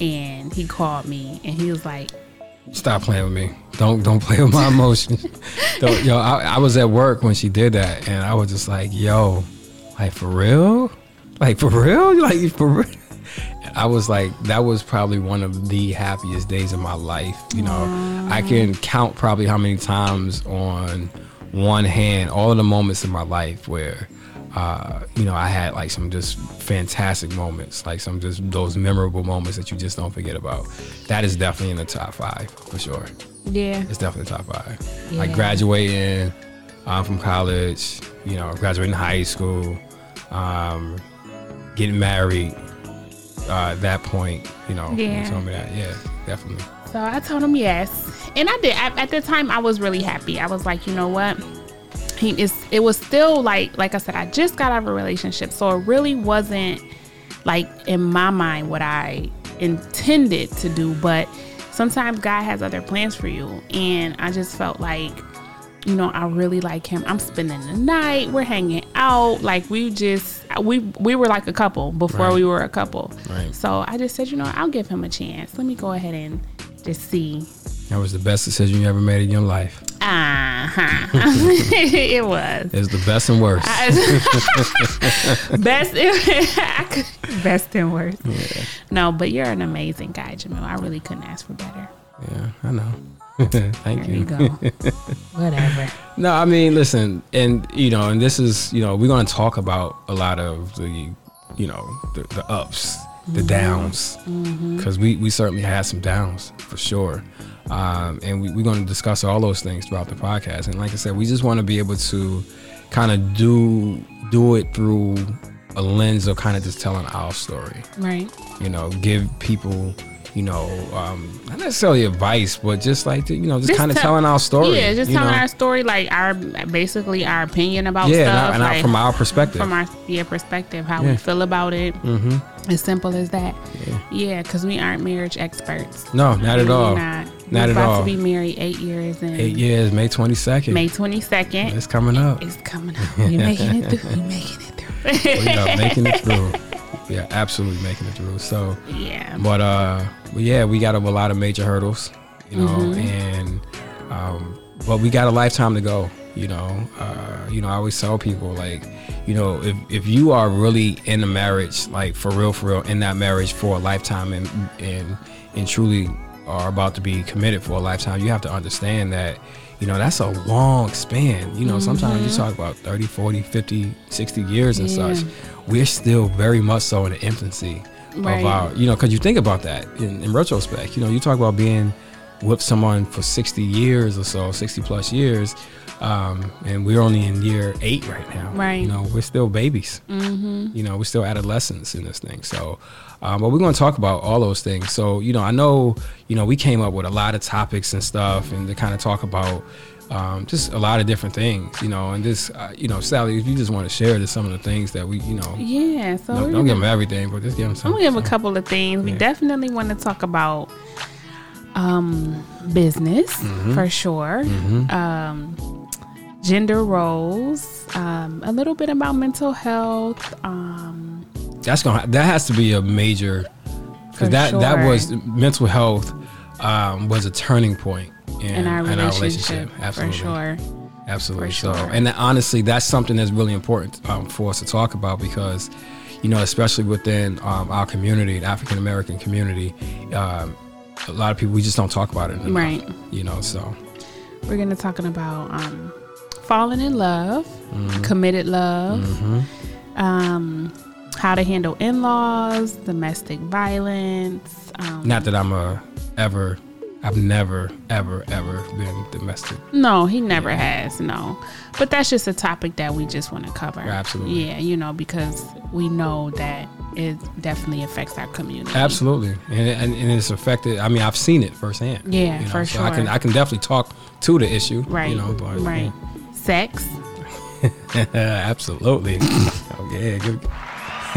Speaker 2: And he called me, and he was like,
Speaker 1: Stop playing with me. Don't don't play with my emotions. Don't- yo, I, I was at work when she did that, and I was just like, yo, like for real, like for real, like for real. I was like, that was probably one of the happiest days of my life. You know, I can count probably how many times on one hand all of the moments in my life where, uh, you know, I had like some just fantastic moments, like some just those memorable moments that you just don't forget about. That is definitely in the top five for sure.
Speaker 2: Yeah.
Speaker 1: It's definitely top five.
Speaker 2: Yeah.
Speaker 1: Like graduating um, from college, you know, graduating high school, um, getting married. Uh, at that point, you know, when
Speaker 2: Yeah.
Speaker 1: you told me that. Yeah, definitely.
Speaker 2: So I told him yes, and I did. I, at the time, I was really happy. I was like, you know what? He is. It was still like, like I said, I just got out of a relationship, so it really wasn't like in my mind what I intended to do. But sometimes God has other plans for you, and I just felt like, you know, I really like him. I'm spending the night. We're hanging out. Like we just we we were like a couple before
Speaker 1: Right.
Speaker 2: we were a couple.
Speaker 1: Right.
Speaker 2: So I just said, you know, I'll give him a chance. Let me go ahead and just see.
Speaker 1: That was the best decision you ever made in your life.
Speaker 2: Uh huh. it was
Speaker 1: It's the best and worst.
Speaker 2: best, I could- best and worst. No, but you're an amazing guy, Jamil. I really couldn't ask for better.
Speaker 1: yeah, I know. Thank
Speaker 2: There you
Speaker 1: you.
Speaker 2: go. Whatever.
Speaker 1: No, I mean, listen, and you know, and this is, you know, we're going to talk about a lot of the, you know, the, the ups, the
Speaker 2: Mm-hmm.
Speaker 1: downs, because we we certainly had some downs for sure, um, and we, we're going to discuss all those things throughout the podcast. And like I said, we just want to be able to kind of do do it through a lens of kind of just telling our story
Speaker 2: Right.
Speaker 1: you know, give people, you know, um, not necessarily advice, but just like, you know, just,
Speaker 2: Just
Speaker 1: kind of
Speaker 2: tell-
Speaker 1: telling our story.
Speaker 2: yeah, just
Speaker 1: you
Speaker 2: telling
Speaker 1: know?
Speaker 2: our story, like our basically our opinion about
Speaker 1: Yeah, and,
Speaker 2: stuff,
Speaker 1: I- and I-
Speaker 2: like,
Speaker 1: from our perspective.
Speaker 2: from our yeah perspective, how
Speaker 1: Yeah.
Speaker 2: we feel about it. Mm-hmm. As simple as that. Yeah, because we aren't marriage experts.
Speaker 1: no, not at
Speaker 2: We're
Speaker 1: all.
Speaker 2: Not,
Speaker 1: Not
Speaker 2: We're
Speaker 1: at
Speaker 2: about
Speaker 1: all.
Speaker 2: to be married eight years in
Speaker 1: Eight years, May 22nd.
Speaker 2: May 22nd.
Speaker 1: It's coming up.
Speaker 2: It's coming up. You're making it through. You're making it through.
Speaker 1: we are making it through. We are absolutely making it through. So,
Speaker 2: yeah.
Speaker 1: but uh, but yeah, we got a, lot of major hurdles, you know,
Speaker 2: Mm-hmm.
Speaker 1: and um, but we got a lifetime to go, you know. Uh, you know, I always tell people like, you know, if if you are really in a marriage, like for real, for real, in that marriage for a lifetime, and and and truly are about to be committed for a lifetime, you have to understand that. You know, that's a long span. You know, sometimes you talk about 30, 40, 50, 60 years and
Speaker 2: Mm-hmm. Yeah.
Speaker 1: such. We're still very much so in the infancy
Speaker 2: Right.
Speaker 1: of our, you know, because you think about that in, in retrospect. You know, you talk about being with someone for 60 years or so, 60 plus years, um, and we're only in year eight right now.
Speaker 2: Right. Mm-hmm.
Speaker 1: You know, we're still babies. You know, we're still adolescents in this thing. So, um, but we're going to talk about all those things. So, you know, I know, you know, we came up with a lot of topics and stuff and to kind of talk about um, just a lot of different things, you know, and this, uh, you know, Sally, if you just want to share this, some of the things that we, you know,
Speaker 2: Yeah. So
Speaker 1: don't,
Speaker 2: we're
Speaker 1: don't give
Speaker 2: gonna-
Speaker 1: them everything, but just give them
Speaker 2: I'm
Speaker 1: some.
Speaker 2: gonna give a couple of things. We
Speaker 1: Yeah.
Speaker 2: definitely want to talk about um, business
Speaker 1: Mm-hmm.
Speaker 2: for sure, um, gender roles, um, a little bit about mental health. Um,
Speaker 1: That's gonna that has to be a major
Speaker 2: For
Speaker 1: because that that
Speaker 2: sure.
Speaker 1: was mental health um, was a turning point in,
Speaker 2: in our
Speaker 1: in
Speaker 2: relationship,
Speaker 1: Absolutely,
Speaker 2: for sure.
Speaker 1: absolutely.
Speaker 2: for
Speaker 1: So,
Speaker 2: sure.
Speaker 1: and that- honestly, that's something that's really important um, for us to talk about because you know, especially within um, our community, the African American community, um, a lot of people we just don't talk about it, enough,
Speaker 2: Right.
Speaker 1: You know, so
Speaker 2: We're gonna talking about um, falling in love,
Speaker 1: Mm-hmm.
Speaker 2: committed love, um, how to handle in laws, domestic violence. Um,
Speaker 1: not that I'm a ever. I've never, ever, ever been domestic.
Speaker 2: no, he never has. No, but that's just a topic that we just want to cover.
Speaker 1: Absolutely.
Speaker 2: Yeah, you know because we know that it definitely affects our community.
Speaker 1: Absolutely, and, and and it's affected. I mean, I've seen it firsthand.
Speaker 2: Yeah,
Speaker 1: you know,
Speaker 2: for
Speaker 1: so I can
Speaker 2: sure.
Speaker 1: I can definitely talk to the issue.
Speaker 2: Right.
Speaker 1: You know, but,
Speaker 2: right. Sex.
Speaker 1: absolutely. oh, yeah. Good.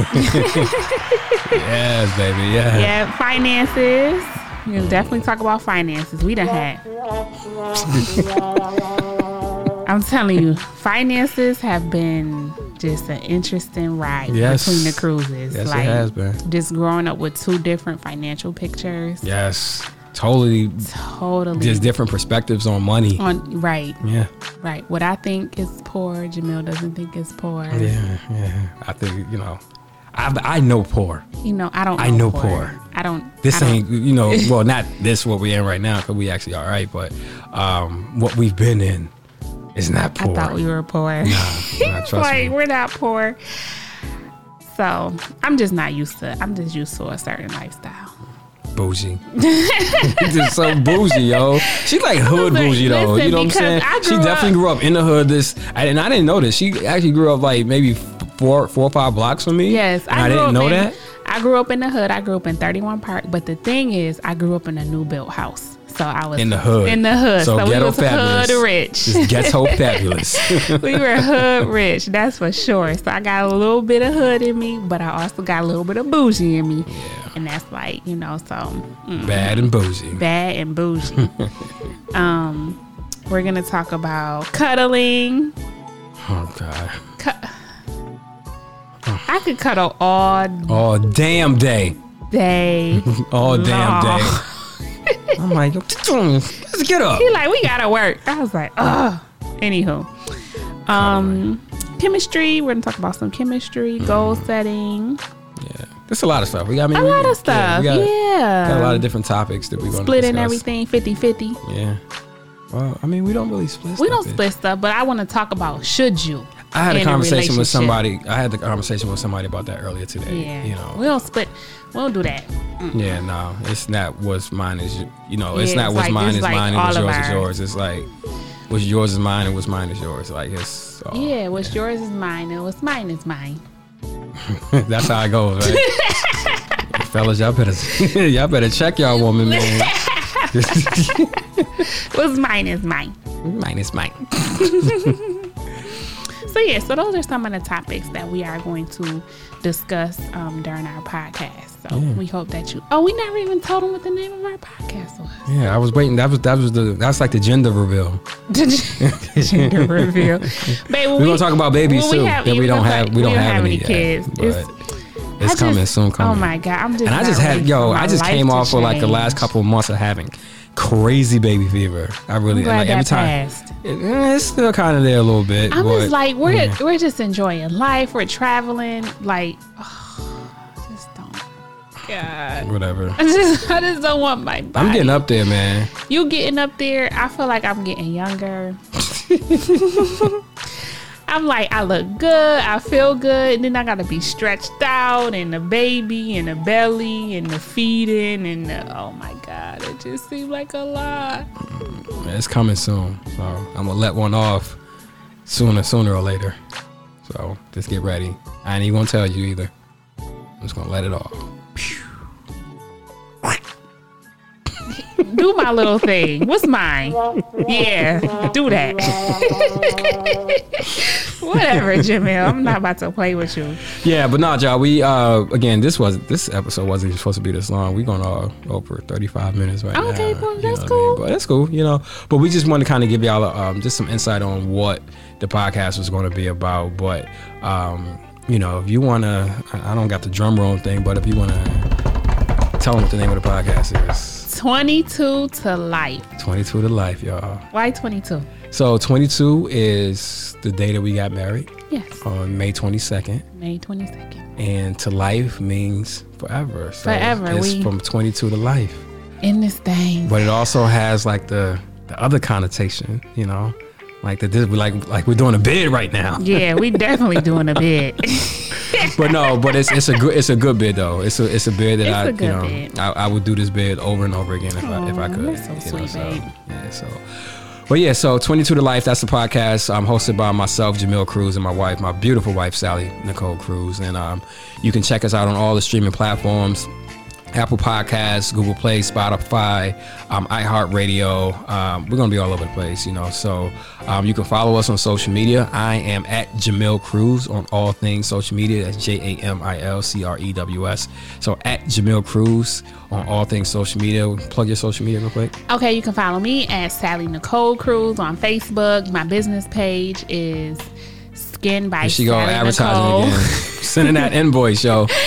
Speaker 1: yes, baby. Yeah.
Speaker 2: Yeah, finances. We'll definitely talk about finances. We done had. I'm telling you, finances have been just an interesting ride
Speaker 1: Yes.
Speaker 2: between the cruises.
Speaker 1: Yes, it has been.
Speaker 2: Just growing up with two different financial pictures.
Speaker 1: Yes. totally
Speaker 2: Totally.
Speaker 1: just different perspectives on money.
Speaker 2: on right,
Speaker 1: Yeah,
Speaker 2: right. What I think is poor, Jamil doesn't think is poor.
Speaker 1: yeah, yeah. I think you know, I I know poor.
Speaker 2: You know, I don't.
Speaker 1: I know poor.
Speaker 2: I don't. I
Speaker 1: This
Speaker 2: don't-
Speaker 1: ain't you know, well, not this what we're in right now because we actually all right, but um, what we've been in is not
Speaker 2: I
Speaker 1: poor.
Speaker 2: thought we were poor.
Speaker 1: Nah, trust
Speaker 2: like
Speaker 1: me.
Speaker 2: we're not poor. So I'm just not used to. I'm just used to a certain lifestyle.
Speaker 1: bougie. just so bougie, yo. She like hood
Speaker 2: But
Speaker 1: bougie though.
Speaker 2: listen,
Speaker 1: you know what I'm
Speaker 2: because
Speaker 1: saying?
Speaker 2: I
Speaker 1: She
Speaker 2: grew
Speaker 1: definitely
Speaker 2: up-
Speaker 1: grew up in the hood. This and I didn't know this. She actually grew up like maybe f- four, four or five blocks from me.
Speaker 2: Yes,
Speaker 1: and I, didn't
Speaker 2: up
Speaker 1: know
Speaker 2: in,
Speaker 1: that.
Speaker 2: I grew up in the hood. I grew up in 31 Park, but the thing is, I grew up in a new built house, so I was
Speaker 1: In the hood.
Speaker 2: In the hood, so,
Speaker 1: So
Speaker 2: we
Speaker 1: ghetto
Speaker 2: was
Speaker 1: fabulous.
Speaker 2: hood rich.
Speaker 1: Just ghetto fabulous.
Speaker 2: we were hood rich, that's for sure. So I got a little bit of hood in me, but I also got a little bit of bougie in me, and that's like you know, so mm,
Speaker 1: Bad and bougie.
Speaker 2: bad and bougie. um, we're gonna talk about cuddling.
Speaker 1: Oh god.
Speaker 2: Cu- I could cuddle all
Speaker 1: All damn day.
Speaker 2: day.
Speaker 1: All damn
Speaker 2: long.
Speaker 1: day. I'm like, yo, let's get up.
Speaker 2: He like, we gotta work. I was like, ugh. Anywho, um, chemistry. We're gonna talk about some chemistry, goal setting,
Speaker 1: Yeah. There's a lot of stuff. We got I mean,
Speaker 2: a
Speaker 1: we-
Speaker 2: lot
Speaker 1: yeah,
Speaker 2: of stuff.
Speaker 1: we
Speaker 2: Yeah,
Speaker 1: got, got a lot of different topics that we're gonna
Speaker 2: splitting
Speaker 1: discuss.
Speaker 2: Um, everything 50-50.
Speaker 1: Yeah. Well, I mean, we don't really split.
Speaker 2: We
Speaker 1: stuff
Speaker 2: don't
Speaker 1: in.
Speaker 2: split stuff, but I want to talk about should you.
Speaker 1: I had a
Speaker 2: in
Speaker 1: conversation with
Speaker 2: relationship.
Speaker 1: somebody. I had the conversation with somebody about that earlier today.
Speaker 2: Yeah,
Speaker 1: You know.
Speaker 2: we don't split. We don't do that.
Speaker 1: yeah. No, it's not what's mine is. y- You know, it's not
Speaker 2: Yeah, it's
Speaker 1: what's
Speaker 2: like-
Speaker 1: mine
Speaker 2: it's
Speaker 1: is
Speaker 2: like
Speaker 1: mine and
Speaker 2: all
Speaker 1: what's
Speaker 2: of
Speaker 1: yours is
Speaker 2: ours.
Speaker 1: yours. It's like what's yours is mine and what's mine is yours. Like it's. All,
Speaker 2: Yeah, what's yours is mine, and what's mine is mine.
Speaker 1: That's how it goes, right? Fellas, y'all better y'all better check y'all woman, man.
Speaker 2: What's mine is mine.
Speaker 1: mine is mine.
Speaker 2: So yeah, so those are some of the topics that we are going to discuss um, during our podcast. So we hope that you. Oh, we never even told them what the name of our podcast was.
Speaker 1: Yeah, I was waiting. That was that was the that's like the gender reveal.
Speaker 2: Gender reveal, baby.
Speaker 1: We're gonna talk about babies too. that we don't have we don't have, any,
Speaker 2: kids.
Speaker 1: yet,
Speaker 2: It's-
Speaker 1: but it's
Speaker 2: I
Speaker 1: coming
Speaker 2: just-
Speaker 1: soon. Coming.
Speaker 2: Oh my god, I'm just.
Speaker 1: And I
Speaker 2: not
Speaker 1: just had
Speaker 2: ready
Speaker 1: yo,
Speaker 2: for my
Speaker 1: I just
Speaker 2: life
Speaker 1: came
Speaker 2: to
Speaker 1: off for like the last
Speaker 2: change.
Speaker 1: couple of months of having crazy baby fever. I really
Speaker 2: glad
Speaker 1: like
Speaker 2: that
Speaker 1: every time
Speaker 2: passed.
Speaker 1: It- eh, it's still kind of there a little bit.
Speaker 2: I'm
Speaker 1: but
Speaker 2: just like we're we're just enjoying life. We're traveling. Like, just don't. God.
Speaker 1: whatever.
Speaker 2: I just, I just don't want my body.
Speaker 1: I'm getting up there, man.
Speaker 2: You getting up there? I feel like I'm getting younger. I'm like, I look good, I feel good, and then I gotta be stretched out, and the baby, and the belly, and the feeding, and the, oh my god, it just seemed like a lot.
Speaker 1: It's coming soon, so I'm gonna let one off sooner, sooner or later. So just get ready. I ain't even gonna tell you either. I'm just gonna let it off.
Speaker 2: Do my little thing. What's mine? Yeah, do that. Whatever, Jamil. I'm not about to play with you.
Speaker 1: Yeah, but nah, y'all. We uh again, this was this episode wasn't even supposed to be this long. We're going uh, over 35 minutes right now.
Speaker 2: Okay, well,
Speaker 1: you
Speaker 2: that's
Speaker 1: know what I mean?
Speaker 2: cool.
Speaker 1: But that's cool, you know. But we just want to kind of give y'all um, just some insight on what the podcast was going to be about. But um, you know, if you want to, I I don't got the drum roll thing, but if you want to tell them what the name of the podcast is,
Speaker 2: 22 to life.
Speaker 1: 22 to life, y'all.
Speaker 2: Why 22?
Speaker 1: So 22 is the day that we got married
Speaker 2: Yes,
Speaker 1: on May 22nd.
Speaker 2: May 22nd.
Speaker 1: and to life means forever. So
Speaker 2: Forever,
Speaker 1: It's
Speaker 2: we-
Speaker 1: from 22 to life,
Speaker 2: in this thing.
Speaker 1: but it also has like the the other connotation, you know, like that this like like we're doing a bid right now.
Speaker 2: Yeah, we definitely doing a bit.
Speaker 1: But no, but it's it's a good it's a good bid though. It's a it's a bid that
Speaker 2: It's
Speaker 1: I
Speaker 2: a
Speaker 1: you
Speaker 2: good
Speaker 1: know
Speaker 2: bid.
Speaker 1: I, I would do this bid over and over again if I if I
Speaker 2: Aw,
Speaker 1: could.
Speaker 2: that's so
Speaker 1: you know,
Speaker 2: sweet, babe.
Speaker 1: yeah, so. But yeah, so 22 to Life, that's the podcast. I'm hosted by myself, Jamil Cruz, and my wife, my beautiful wife, Sally Nicole Cruz. And um, you can check us out on all the streaming platforms. Apple Podcasts, Google Play, Spotify, um, iHeartRadio. Um, we're going to be all over the place, you know. So um, you can follow us on social media. I am at Jamil Cruz on all things social media. That's J A M I L C R E W S. So at Jamil Cruz on all things social media. Plug your social media real quick.
Speaker 2: okay, you can follow me at Sally Nicole Cruz on Facebook. My business page is Skin by
Speaker 1: Here she go
Speaker 2: Sally
Speaker 1: advertising
Speaker 2: Nicole.
Speaker 1: again. Sending that invoice, yo.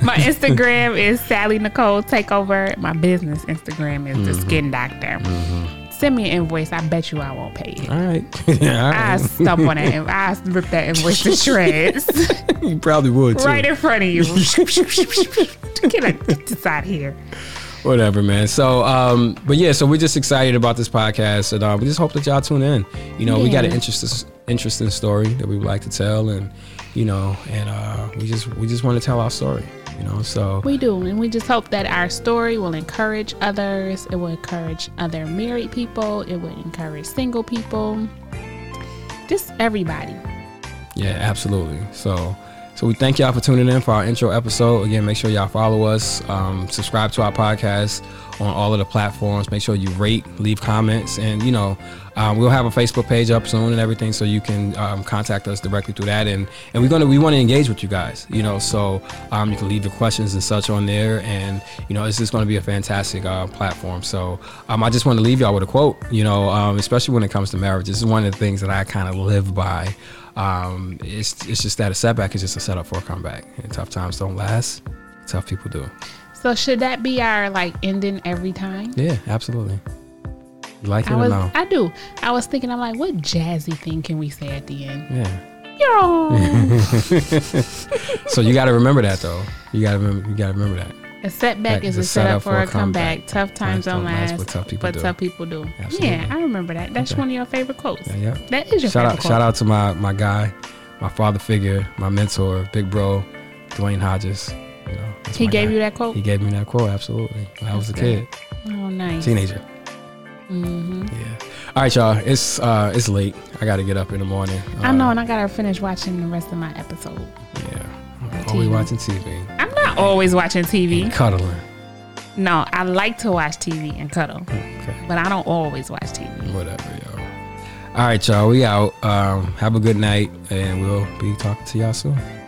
Speaker 2: My Instagram is Sally Nicole Takeover. My business Instagram is The Skin Doctor. Send me an invoice. I bet you I won't pay it.
Speaker 1: All right. yeah, all
Speaker 2: I
Speaker 1: right.
Speaker 2: stomp on that. inv- I rip that invoice to shreds
Speaker 1: You probably would too.
Speaker 2: right in front of you. get, a, get this out here.
Speaker 1: Whatever, man. So, um, but yeah, so we're just excited about this podcast, and uh, we just hope that y'all tune in. You know, we got an
Speaker 2: Yeah.
Speaker 1: interesting, interesting story that we would like to tell, and you know, and uh, we just we just want to tell our story. You know, so
Speaker 2: We do, and we just hope that our story will encourage others. It will encourage other married people. It will encourage single people. Just everybody.
Speaker 1: yeah, absolutely. So, so we thank y'all for tuning in for our intro episode. Again, make sure y'all follow us, um, subscribe to our podcast on all of the platforms. Make sure you rate, leave comments, and you know. Um, we'll have a Facebook page up soon and everything, so you can um, contact us directly through that. And and we're gonna we want to engage with you guys, you know. So um, you can leave your questions and such on there, and you know it's just gonna be a fantastic uh, platform. So um, I just want to leave y'all with a quote, you know, um, especially when it comes to marriage. This is one of the things that I kind of live by. Um, it's it's just that a setback is just a setup for a comeback, and tough times don't last. Tough people do.
Speaker 2: So should that be our like ending every time?
Speaker 1: Yeah, absolutely. You like it
Speaker 2: I
Speaker 1: or
Speaker 2: was,
Speaker 1: no?
Speaker 2: I do. I was thinking, I'm like, what jazzy thing can we say at the end?
Speaker 1: yeah.
Speaker 2: Yo,
Speaker 1: So you got to remember that though. You got to remember. You got to remember that.
Speaker 2: a setback
Speaker 1: That
Speaker 2: is a setup for a comeback. Tough times
Speaker 1: don't
Speaker 2: don't
Speaker 1: last,
Speaker 2: last,
Speaker 1: but tough people
Speaker 2: but
Speaker 1: do.
Speaker 2: tough people do.
Speaker 1: Absolutely.
Speaker 2: Yeah, I remember that. That's one of your favorite quotes.
Speaker 1: Yeah, yeah.
Speaker 2: That is your
Speaker 1: Shout
Speaker 2: favorite
Speaker 1: out,
Speaker 2: quote.
Speaker 1: shout out to my my guy, my father figure, my mentor, big bro, Dwayne Hodges. You know, that's
Speaker 2: He
Speaker 1: my
Speaker 2: gave
Speaker 1: guy.
Speaker 2: you that quote.
Speaker 1: He gave me that quote. Absolutely, when I was a
Speaker 2: That's
Speaker 1: kid,
Speaker 2: good. oh, nice.
Speaker 1: teenager.
Speaker 2: hmm
Speaker 1: Yeah. All right, y'all. It's uh, it's late. I got to get up in the morning. Uh,
Speaker 2: I know, and I gotta finish watching the rest of my episode.
Speaker 1: Yeah. I'm always
Speaker 2: TV.
Speaker 1: watching TV,
Speaker 2: I'm not always watching TV.
Speaker 1: cuddling.
Speaker 2: No, I like to watch TV and cuddle,
Speaker 1: Okay.
Speaker 2: but I don't always watch TV.
Speaker 1: Whatever, y'all. All right, y'all. We out. Um, have a good night, and we'll be talking to y'all soon.